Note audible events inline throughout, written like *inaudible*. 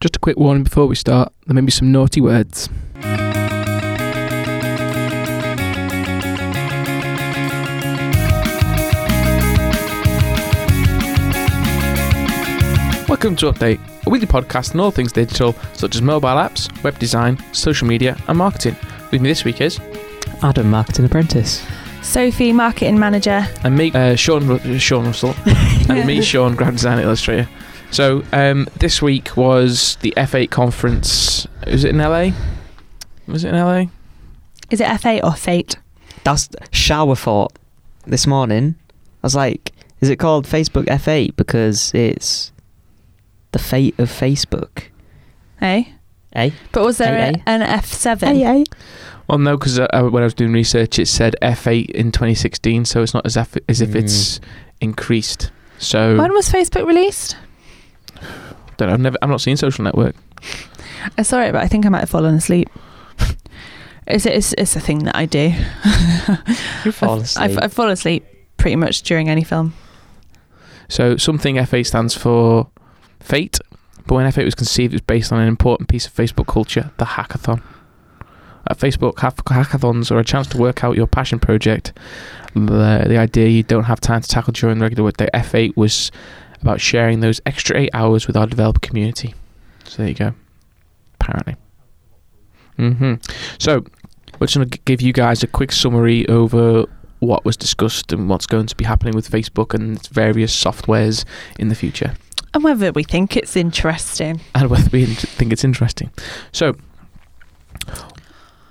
Just a quick warning before we start there may be some naughty words. Welcome to Update, a weekly podcast on all things digital, such as mobile apps, web design, social media, and marketing. With me this week is Adam, marketing apprentice. Sophie, marketing manager. and me, uh, Sean, Ru- uh, Sean Russell, and me, Sean, graphic design illustrator. So um, this week was the F8 conference. Was it in LA? Was it in LA? Is it F8 or Fate? That's shower thought this morning. I was like, is it called Facebook F8 because it's the fate of Facebook? Eh? Eh? But was there Eight, eh? a, an F7? Well, no, because uh, uh, when I was doing research, it said F8 in 2016, so it's not as if, as if Mm. it's increased. So When was Facebook released? don't know, I've never, I've not seen Social Network. I saw it, but I think I might have fallen asleep. *laughs* It's, it's, it's a thing that I do. *laughs* You fall asleep. I, I fall asleep pretty much during any film. So something F8 stands for fate, but when F8 was conceived, it was based on an important piece of Facebook culture, the hackathon. At Facebook, hack- hackathons are a chance to work out your passion project, the, the idea you don't have time to tackle during the regular workday. F8 was about sharing those extra eight hours with our developer community. So there you go. Apparently. hmm So we're just going to give you guys a quick summary over what was discussed and what's going to be happening with Facebook and its various softwares in the future, And whether we think it's interesting. and whether we int- think it's interesting. So,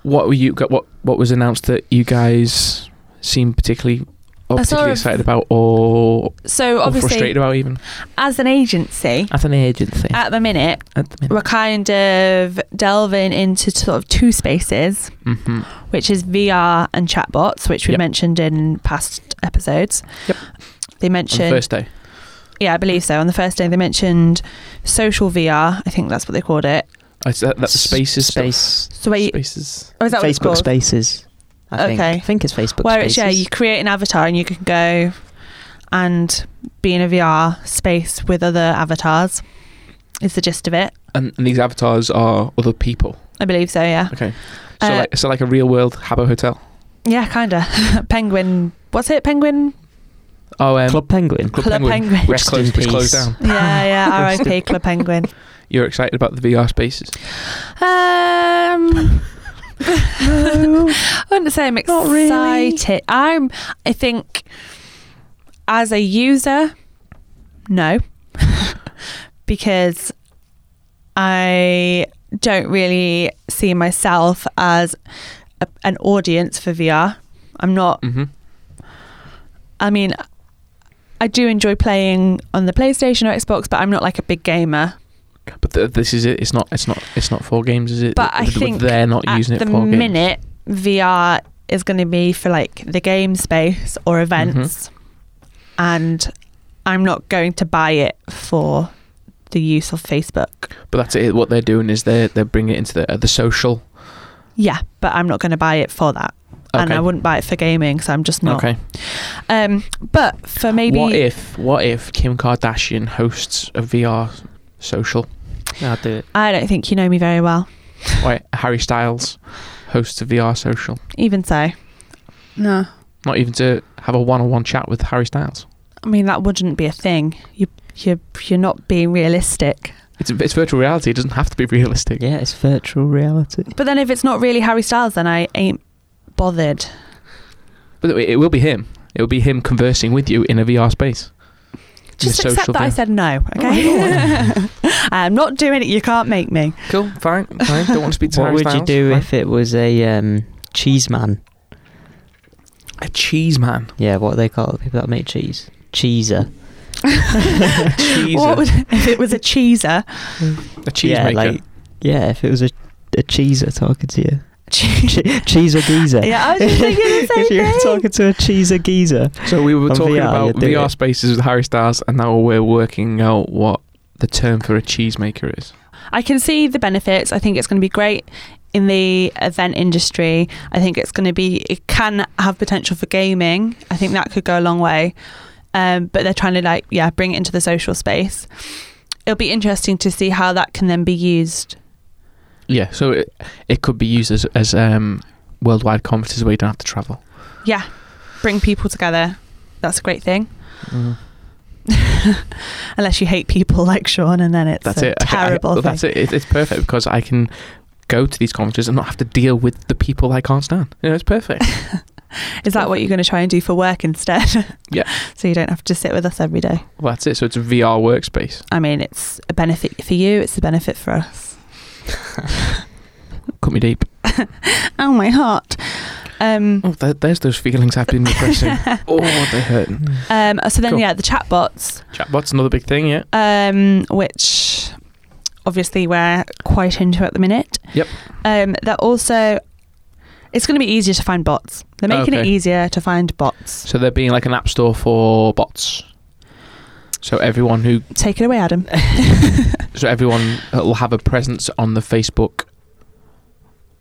what were you? got- What what was announced that you guys seemed particularly, or I saw particularly a- excited about, or, So or obviously, frustrated about, even? as an agency, At an agency. at the minute, At the we're kind of delving into sort of two spaces. Mm-hmm. which is VR and chatbots, which we Yep. mentioned in past episodes. Yep. They On the mentioned, first day, yeah, I believe so. On the first day, they mentioned social VR. I think that's what they called it. I s- that, that spaces stuff. Space. So where you, spaces. oh, is that what it's Facebook called? Spaces. I think. Okay. I think it's Facebook Where Spaces. it's yeah, you create an avatar and you can go and be in a VR space with other avatars. Is the gist of it? And, and these avatars are other people. I believe so. Yeah, Okay, so Uh, like so like a real world Habbo Hotel. yeah, kinda. *laughs* Penguin, what's it? Penguin Oh, um, Club Penguin. Club Club Penguin. Penguin. Which Rest in closed, which peace. closed *laughs* down. yeah, yeah. *laughs* R.I.P. Club Penguin. You're excited about the VR spaces. *laughs* Um, *laughs* I wouldn't say I'm Not really. excited. I'm. I think as a user, no, *laughs* because I don't really see myself as a, an audience for VR. I'm not Mm-hmm. I mean, I do enjoy playing on the PlayStation or Xbox, but I'm not like a big gamer. But th- this is it. It's not. It's not. It's not for games, is it? But I Th- th- think they're not At using it the for games. minute, VR is going to be for like the game space or events, Mm-hmm. and I'm not going to buy it for the use of Facebook. But that's it. What they're doing is they're they're bringing it into the uh, the social. Yeah, but I'm not going to buy it for that, Okay. and I wouldn't buy it for gaming, so I'm just not. okay. Um, but for maybe What if what if Kim Kardashian hosts a VR *laughs* social? I'll do it. I don't think you know me very well. Wait, Harry Styles hosts a VR social. Even so, no. Not even to have a one-on-one chat with Harry Styles. I mean, that wouldn't be a thing. You, you, you're not being realistic. It's it's virtual reality. It doesn't have to be realistic. Yeah, it's virtual reality. But then, if it's not really Harry Styles, then I ain't bothered. But it, it will be him. It will be him conversing with you in a VR space. In a Just accept social that I thing. said no. Oh, Okay, *laughs* I'm not doing it. You can't make me. *laughs* Cool. Fine. *laughs* Fine. Don't want to speak to What Harry would Styles. you do Fine. if it was a um, cheese man? a cheese *laughs* man? Yeah, what are they called? People that make cheese. Cheeser. Cheeser. What would if it was a cheeser? A cheese yeah, maker. like yeah, if it was a a cheeser talking to you, Che- che- cheeser geezer. *laughs* yeah, I was *laughs* just thinking the same if you were thing. talking to a cheeser geezer, So we were On talking VR, about you do VR it. spaces with Harry Styles, and now we're working out what the term for a cheesemaker is. I can see the benefits. I think it's going to be great in the event industry. I think it's going to be, it can have potential for gaming. I think that could go a long way. Um, but they're trying to, like, yeah, bring it into the social space. it'll be interesting to see how that can then be used. Yeah, so it, it could be used as, as um, worldwide conferences where you don't have to travel. Yeah, bring people together. That's a great thing. Mm-hmm. Unless you hate people *laughs* like Sean, and then it's That's a it. I ca- I- terrible thing. That's it. it. It's perfect because I can go to these conferences and not have to deal with the people I can't stand. You know, it's *laughs* perfect. Is that what you're going to try and do for work instead? *laughs* Yeah. so you don't have to sit with us every day. well, that's it. So it's a VR workspace. I mean, it's a benefit for you. It's a benefit for us. Cut me deep. Oh my heart. Um, *laughs* Oh, there, there's those feelings I've been repressing. oh, they're hurting. *laughs* um, so then, Cool. yeah, the chatbots. Chatbot's another big thing, yeah. um, which obviously we're quite into at the minute. Yep. Um, they're also, it's going to be easier to find bots. They're making it Okay. easier to find bots. So they're being like an app store for bots. So everyone who, Take it away, *laughs* Adam. so everyone will have a presence on the Facebook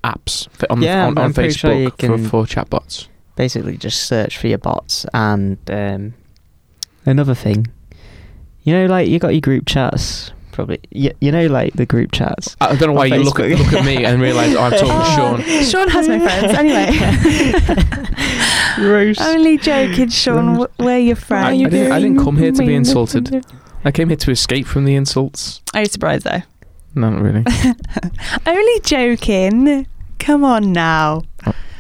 apps f- on the, Yeah, on, I'm on pretty Facebook sure you can- for, for chatbots. Basically, just search for your bots and um, another thing. You know, like you got your group chats. Probably, you, you know, like the group chats. I I don't know why On you look at Facebook. look at me and realise I'm talking to Sean. *laughs* Oh, Sean has no friends. *laughs* Anyway. Roast. Only joking, Sean. W- We're your I, I friend. didn't, I didn't come here to be Mean insulted. I came here to escape from the insults. Are you surprised, though? No, not *laughs* really. Only joking. Come on now.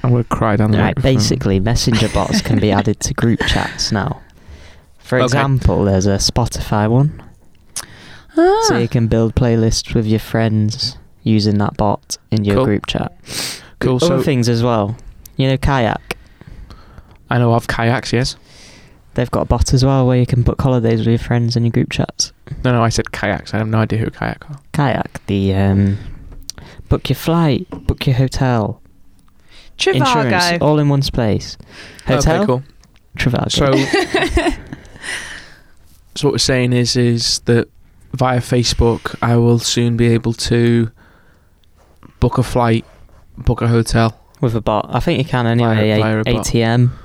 I would have cried on the *laughs* Right, microphone. basically, messenger bots can be added to group chats now. For Okay. example, there's a Spotify one, Ah, so you can build playlists with your friends using that bot in your Cool. group chat. Cool. Other So things as well. You know, kayak. I know of kayaks. Yes. They've got a bot as well where you can book holidays with your friends in your group chats. No, no. I said kayaks. I have no idea who kayak are. Kayak, the um, book your flight, book your hotel, insurance, Trivago. all in one place. Hotel, Okay, cool. Trivago. So, *laughs* so what we're saying is, is that via Facebook, I will soon be able to book a flight, book a hotel. with a bot, I think you can anyway. Via- a- via a bot. ATM. Oh,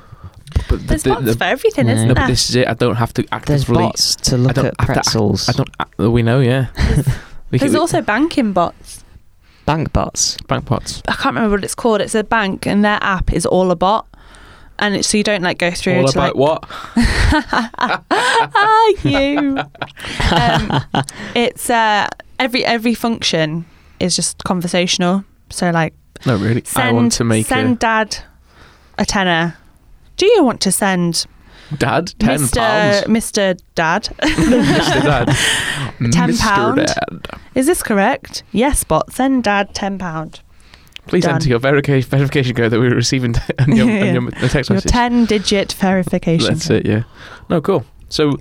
But There's the, bots the, for everything, No. isn't no, there? but this is it. I don't have to There's actively. bots to look don't at have to act- pretzels. I don't. act- We know. Yeah. *laughs* we There's we- also banking bots. Bank bots. bank pots. I can't remember what it's called. It's a bank, and their app is all a bot, and it's, so you don't like go through All to about like what? *laughs* you. um, it's uh, every every function is just conversational. So like No, really. send I want to make send a dad a tenner. Do you want to send dad ten Mr. *laughs* pounds. *laughs* Mr. Dad? Mr. Dad. *laughs* Ten Mr. pound. Dad. Is this correct? Yes, bot. Send dad ten pound. Please Done. enter your verification, verification code that we were receiving *laughs* t- and your, and your *laughs* the text Your message. ten digit verification. That's it, yeah. No, cool. So,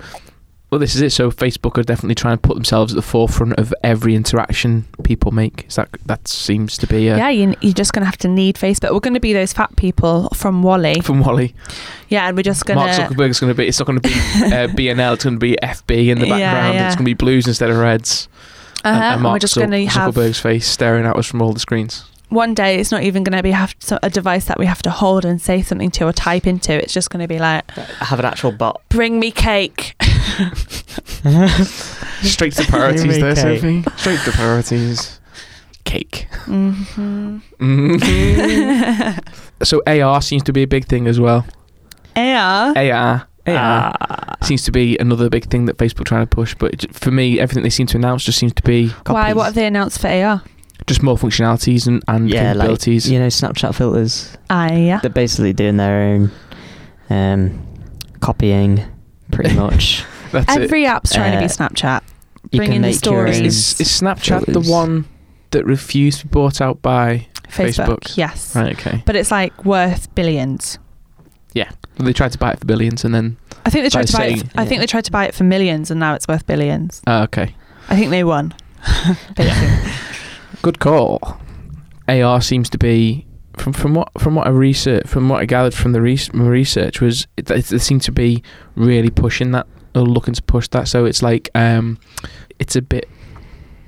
well, this is it. So, Facebook are definitely trying to put themselves at the forefront of every interaction people make. Is that that seems to be uh, a, Yeah, you, you're just going to have to need Facebook. We're going to be those fat people from Wally. from Wally. Yeah, and we're just going Mark to. Zuckerberg's going to be. It's not going to be *laughs* uh, BNL. It's going to be FB in the Yeah, background. yeah. It's going to be blues instead of reds. and, and Uh-huh, we're Mark just Zuck- going to have. Zuckerberg's face staring at us from all the screens. *laughs* One day, it's not even going to be have so- a device that we have to hold and say something to or type into. It's just going to be like, Have an actual *laughs* bot. bring me cake. Straight to priorities, Make there, cake. Sophie. Straight to *laughs* priorities. Cake. Mm-hmm. hmm *laughs* so AR seems to be a big thing as well. AR. AR. uh, AR seems to be another big thing that Facebook trying to push, but it j- for me, everything they seem to announce just seems to be Why? copies. What have they announced for AR? just more functionalities and, and yeah, like capabilities. you know, Snapchat filters. Ah, yeah. They're basically doing their own um, copying, *laughs* pretty much. That's it. Every app's trying to be Uh, Snapchat. you Bring can in the make your stories. own. Is, is Snapchat filters. the one that refused to be bought out by? Facebook. Facebook. Yes. Right, okay. But it's like worth billions. They tried to buy it for billions and then. I think they By tried to buy it. saying- I think they tried to buy it for millions, and now it's worth billions. Oh, okay. I think they *laughs* won. Basically. Good call. AR seems to be from from what from what I research from what I gathered from the res- my research was it, it, it seemed to be really pushing that or looking to push that. So it's like um, it's a bit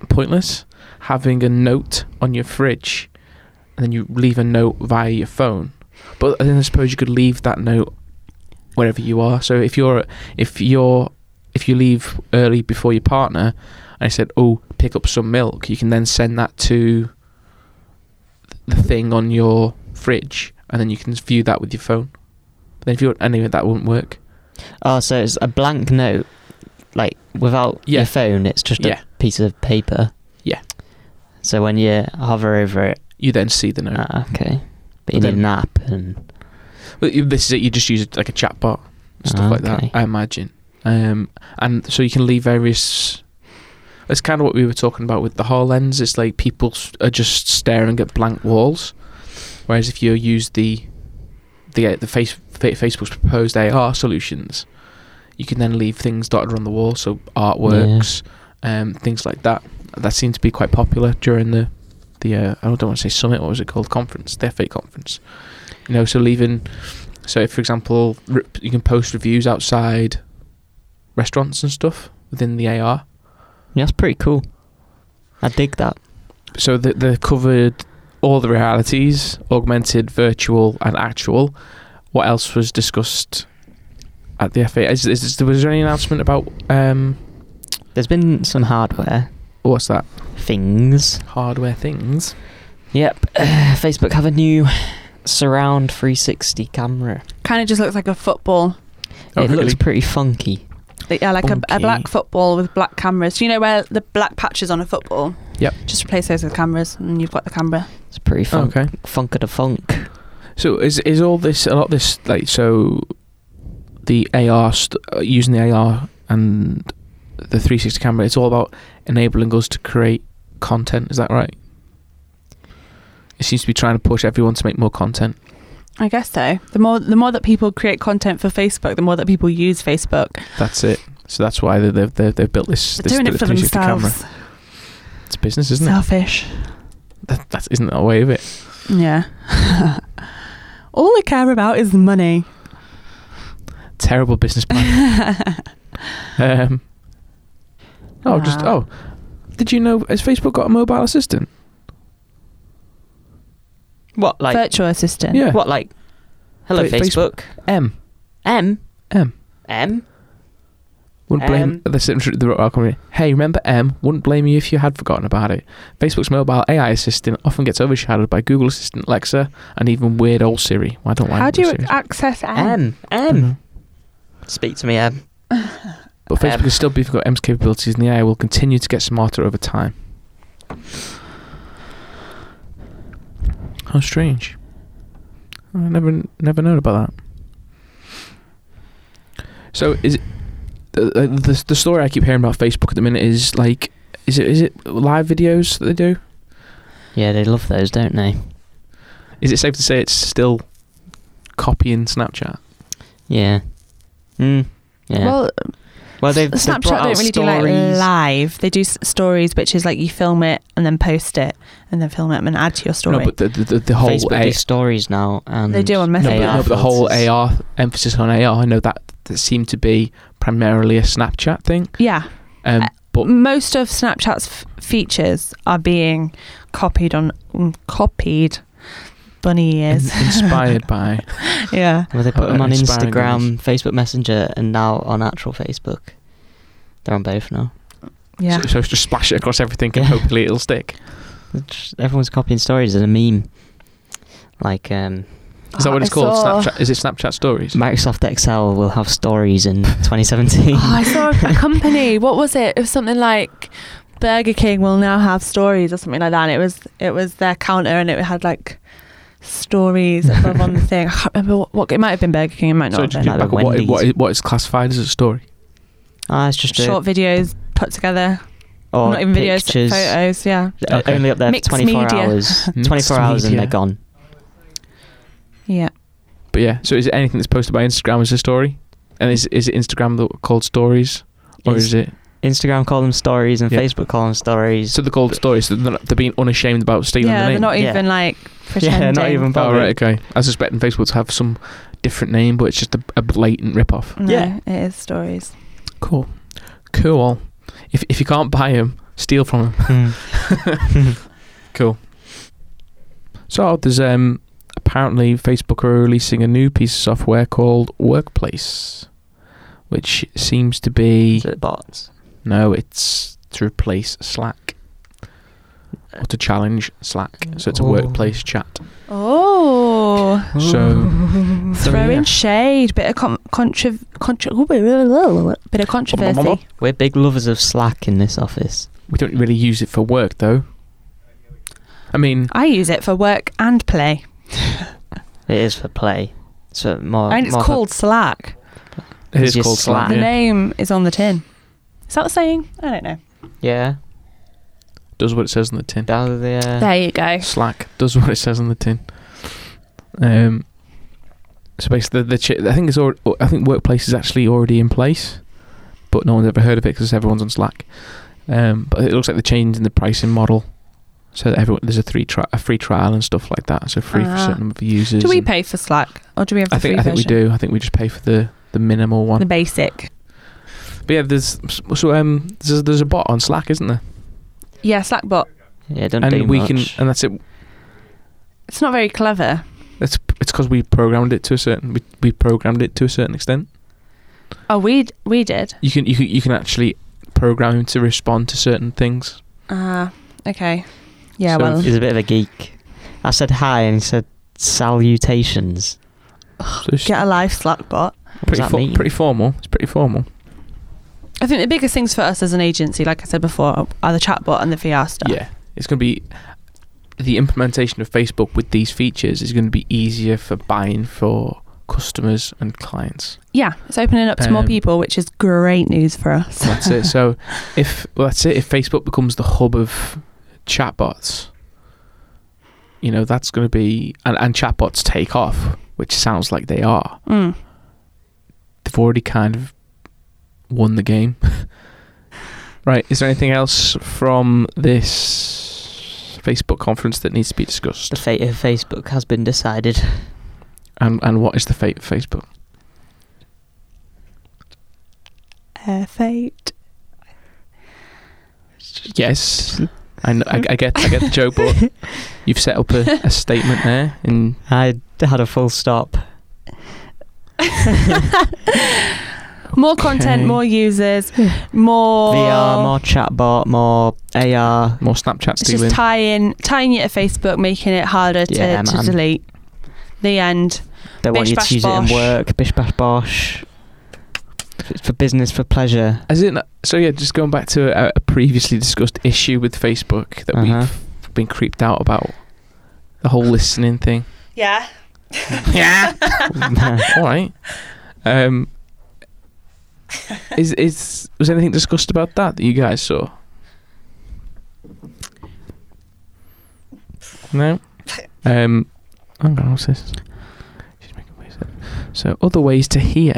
pointless having a note on your fridge, and then you leave a note via your phone. But then I suppose you could leave that note wherever you are. So if you're if you're if you leave early before your partner And I said, "Oh, pick up some milk. You can then send that to the thing on your fridge, and then you can view that with your phone." But then if you anyway, that wouldn't work. Oh, so it's a blank note, like without Yeah. your phone. It's just Yeah. a piece of paper. Yeah. So when you hover over it, You then see the note. ah, okay. But you But need then- an app and Well, you- this is it. You just use it like a chat bot, and stuff like that. Okay. I imagine. Um, and so you can leave various. It's kind of what we were talking about with the HoloLens. It's like people s- are just staring at blank walls, whereas if you use the, the uh, the face fa- Facebook's proposed AR solutions, you can then leave things dotted around the wall, so artworks, um, things like that. That seemed to be quite popular during the the uh, I don't want to say summit. What was it called? Conference, the FA conference. You know, so leaving. So, if, for example, re- you can post reviews outside restaurants and stuff within the AR. yeah, that's pretty cool. I dig that. So they they covered all the realities, augmented, virtual, and actual. What else was discussed at the FA? Is, is, is- was there any announcement about um, There's been some hardware what's that things. *sighs* hardware things? Yep. Facebook have a new surround 360 camera. Kind of just looks like a football. Oh, it really? looks pretty funky. Like, Yeah, like a, a Funky. black football with black cameras. You know where the black patches on a football? Yep. Just replace those with cameras and you've got the camera. It's pretty funk. Okay. Funk of the funk. So is is all this a lot of this like so? The AR st- uh, using the AR and the 360 camera, it's all about enabling us to create content. Is that right? It seems to be trying to push everyone to make more content. I guess so. The more the more that people create content for Facebook, the more that people use Facebook. That's it. So that's why they- they've they've, they've built this. They're this doing it for 360 themselves. Camera. It's business, isn't it? Selfish. That, that isn't that a way of it. Yeah. *laughs* All they care about is money. Terrible business plan. *laughs* um. Oh, just Wow. oh. Did you know has Facebook got a mobile assistant? What like? Virtual assistant. Yeah. What like? Hello, Fa- Facebook. Facebook. M. M. M. M. Wouldn't blame Um, the the, the rock company. Hey, remember M? Wouldn't blame you if you had forgotten about it. Facebook's mobile AI assistant often gets overshadowed by Google Assistant, Alexa, and even weird old Siri. Well, I don't like How do you Siri. access M? Mm. M. M. Speak to me, M. But Facebook Um, has still beefing up M's capabilities, and the AI will continue to get smarter over time. How strange! I never, never known about that. So is it, the, the- the the story I keep hearing about Facebook at the minute is like, is it is it live videos that they do? Yeah, they love those, don't they? Is it safe to say it's still copying Snapchat? Yeah. Mm. Yeah. Well, Well, they've, they've brought Snapchat don't out really do like stories. live. They do s- stories, which is like you film it and then post it, and then film it and then add to your story. No, but the the, the, the whole Facebook A- do stories now, and They do on No, but, AR no, but the whole filters. AR emphasis on AR, I know that that seemed to be primarily a Snapchat thing. yeah, Um, Uh, but most of Snapchat's f- features are being copied on mm, copied bunny in- ears. inspired by *laughs* yeah, Well, they put Uh, them on inspiring Instagram, Facebook Messenger, and now on actual Facebook. They're on both now. yeah. so, so just splash it across everything and Yeah. hopefully it'll stick. It's just- everyone's copying stories as a meme. Like um, Is that Oh, what it's I called? saw- Snapchat? Is it Snapchat Stories? Microsoft Excel will have stories in *laughs* 2017. Oh, *laughs* I saw *laughs* a company. What was it? It was something like Burger King will now have stories or something like that. And it was it was their counter, and it had like *laughs* stories above on the thing. I can't remember what, what it might have been Burger King. It might not. so have just been. back up Like what, it- what, Wendy's. it- what is classified as a story? Ah, it's just short short videos put together. or not even videos, pictures. photos. Yeah, Uh, Okay. Only up there Mixed for 24 media. *laughs* hours. Mixed 24 hours and media. they're gone. yeah. But yeah, so is it anything that's posted by Instagram as a story? And is is it Instagram that called stories, or Is- is it Instagram call them stories and Yeah. Facebook call them stories. so they're called stories? So they're, not, they're being unashamed about stealing yeah, the they're name. not Yeah. even *laughs* like pretending. yeah, not even oh bothered. right, okay. I was expecting Facebook to have some different name, but it's just a, a blatant rip off. No, Yeah. it is stories. Cool. Cool. If if you can't buy them, steal from them. *laughs* Hmm. Cool. So there's um apparently Facebook are releasing a new piece of software called Workplace, which seems to be Is it bots? no, it's to replace Slack or to challenge Slack. So it's a Oh. workplace chat. Oh. So So, Throwing yeah. shade, bit of con- contra- contra- bit of controversy. We're big lovers of Slack in this office. we don't really use it for work though. I mean, I use it for work and play. It is for play. So more. and it's more for- called Slack. it It's is just called Slack. Slack. The Oh, Ah, yeah. name is on the tin. Is that the saying? I don't know. yeah. Does what it says on the tin. Down to the. Uh, There you go. Slack does what it says on the tin. Um, so basically, the, the ch- I think it's already, I think workplace is actually already in place, but no one's ever heard of it because everyone's on Slack. Um, but it looks like they're changing the pricing model, so that everyone there's a three tri- a free trial and stuff like that. So free for a Ah. certain number of users. Do we and- pay for Slack or do we have the I think free I think we version? do. I think we just pay for the the minimal one. The basic. But yeah, there's so um there's, there's a bot on Slack, isn't there? Yeah, Slack bot. yeah. Don't and do we much. can and that's it. It's not very clever. It's it's because we programmed it to a certain we, we programmed it to a certain extent. Oh, we d- we did. You can you can, you can actually program him to respond to certain things. Ah, okay. Yeah, So well, if He's a bit of a geek. I said hi, and he said salutations. So it's get a live Slack bot. What does pretty that fo- mean? pretty formal. It's pretty formal. I think the biggest things for us as an agency, like I said before, are the chatbot and the VR stuff. Yeah, it's going to be the implementation of Facebook with these features is going to be easier for buying for customers and *laughs* clients. Yeah, it's opening up to more Um, people, which is great news for us. *laughs* That's it. So if well, that's it. If Facebook becomes the hub of chatbots, you know that's going to be and, and chatbots take off, which sounds like they are. Mm. they've already kind of won the game. *laughs* right, is there anything else from this Facebook conference that needs to be discussed? The fate of Facebook has been decided. *laughs* And and what is the fate of Facebook? Uh, fate. Yes. I, kn- I, I get I get the joke, *laughs* but you've set up a, a statement there, and I had a full stop. More content, Okay. more users, more VR, more chatbot, more AR. more Snapchat It's just stealing. tying tying it to Facebook, making it harder to, Yeah, to man. delete. The end. They want Bish, you bash, to use it bosh. in work. Bish bash bosh. It's for business, for *laughs* pleasure. *laughs* As in, so yeah, just going back to a, a previously discussed issue with Facebook that Uh-huh. we've been creeped out about, the whole listening thing. Yeah. yeah. All right. Um, is is was anything discussed about that that you guys saw? No. Um, hang on, what's this? She's making waves. So other ways to hear.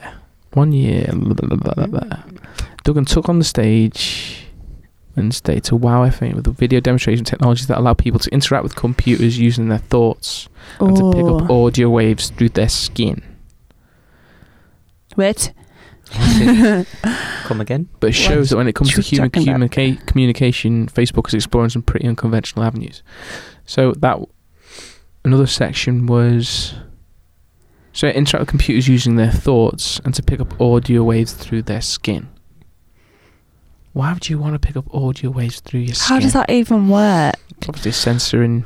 One year. Blah, blah, blah, blah, blah. Duggan took on the stage Wednesday to wow FM with a video demonstration of technologies that allow people to interact with computers using their thoughts and to pick up audio waves through their skin. Wait. Come again. But it shows that when it comes to What you human talking about? communica- communication, Facebook is exploring some pretty unconventional avenues. So that another section was so interact with computers using their thoughts and to pick up audio waves through their skin. Why would you want to pick up audio waves through your skin? How does that even work? Obviously, censoring.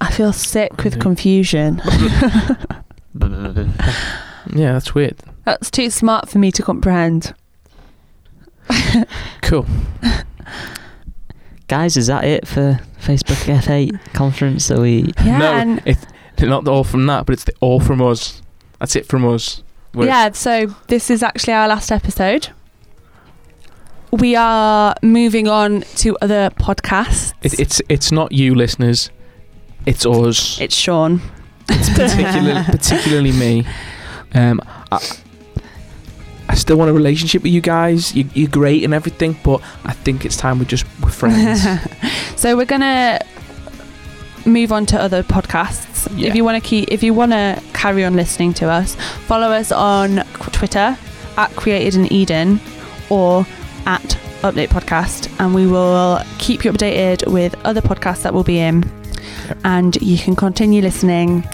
I feel sick Mhm. with confusion. *laughs* *laughs* Yeah, that's weird. That's too smart for me to comprehend. Cool. Guys, is that it for Facebook F8 conference? Are we? Yeah, no, and it's not the all from that, but it's the all from us. That's it from us. We're- yeah, so this is actually our last episode. We are moving on to other podcasts. It, it's it's not you listeners. It's us. It's Sean. It's particularly particularly me. Um, I, I still want a relationship with you guys. You, you're great and everything, but I think it's time we just we're friends. *laughs* so we're gonna move on to other podcasts. Yeah. If you want to keep, if you want to carry on listening to us, follow us on c- Twitter at Created in Eden or at Update Podcast, and we will keep you updated with other podcasts that we'll be in, Yep. and you can continue listening.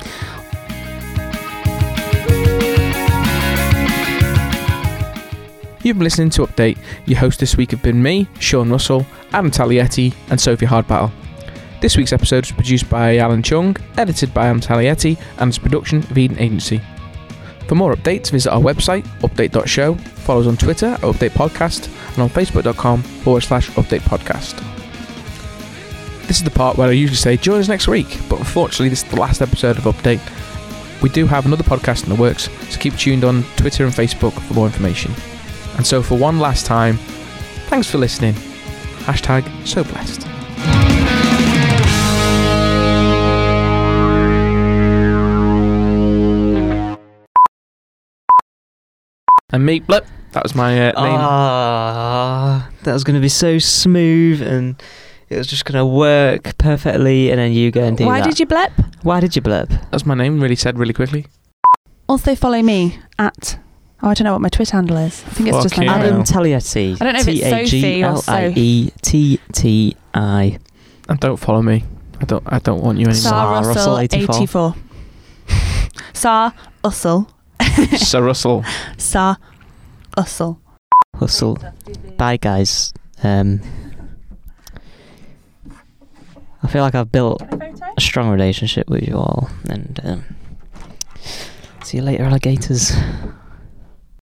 You've been listening to Update. Your hosts this week have been me, Sean Russell, Adam Taglietti, and Sophie Hardbattle. This week's episode was produced by Alan Chung, edited by Adam Taglietti, and is a production of Eden Agency. For more updates, visit our website, update.show, follow us on Twitter at Update Podcast, and on facebook.com forward slash Update Podcast. This is the part where I usually say, join us next week, but unfortunately, this is the last episode of Update. We do have another podcast in the works, so keep tuned on Twitter and Facebook for more information. And so, for one last time, thanks for listening. Hashtag so blessed. And me, blip. That was my uh, name. Ah, that was going to be so smooth and it was just going to work perfectly. And then you go and do Why that. did you blip? Why did you blurb? That's my name. Really said really quickly. Also follow me at oh I don't know what my Twitter handle is. I think it's just my Fucking name. hell. Adam Tagliati. I don't know if it's Sophie or E T-A-G-L-I-E-T-T-I. And don't follow me. I don't. I don't want you anymore. Sar Sarah Russell Russell, eighty 84. four. *laughs* Sar Ussel. Sir Russell. Sar Ussel. Hustle. Bye, guys. Um, I feel like I've built a strong relationship with you all. And um, see you later, alligators.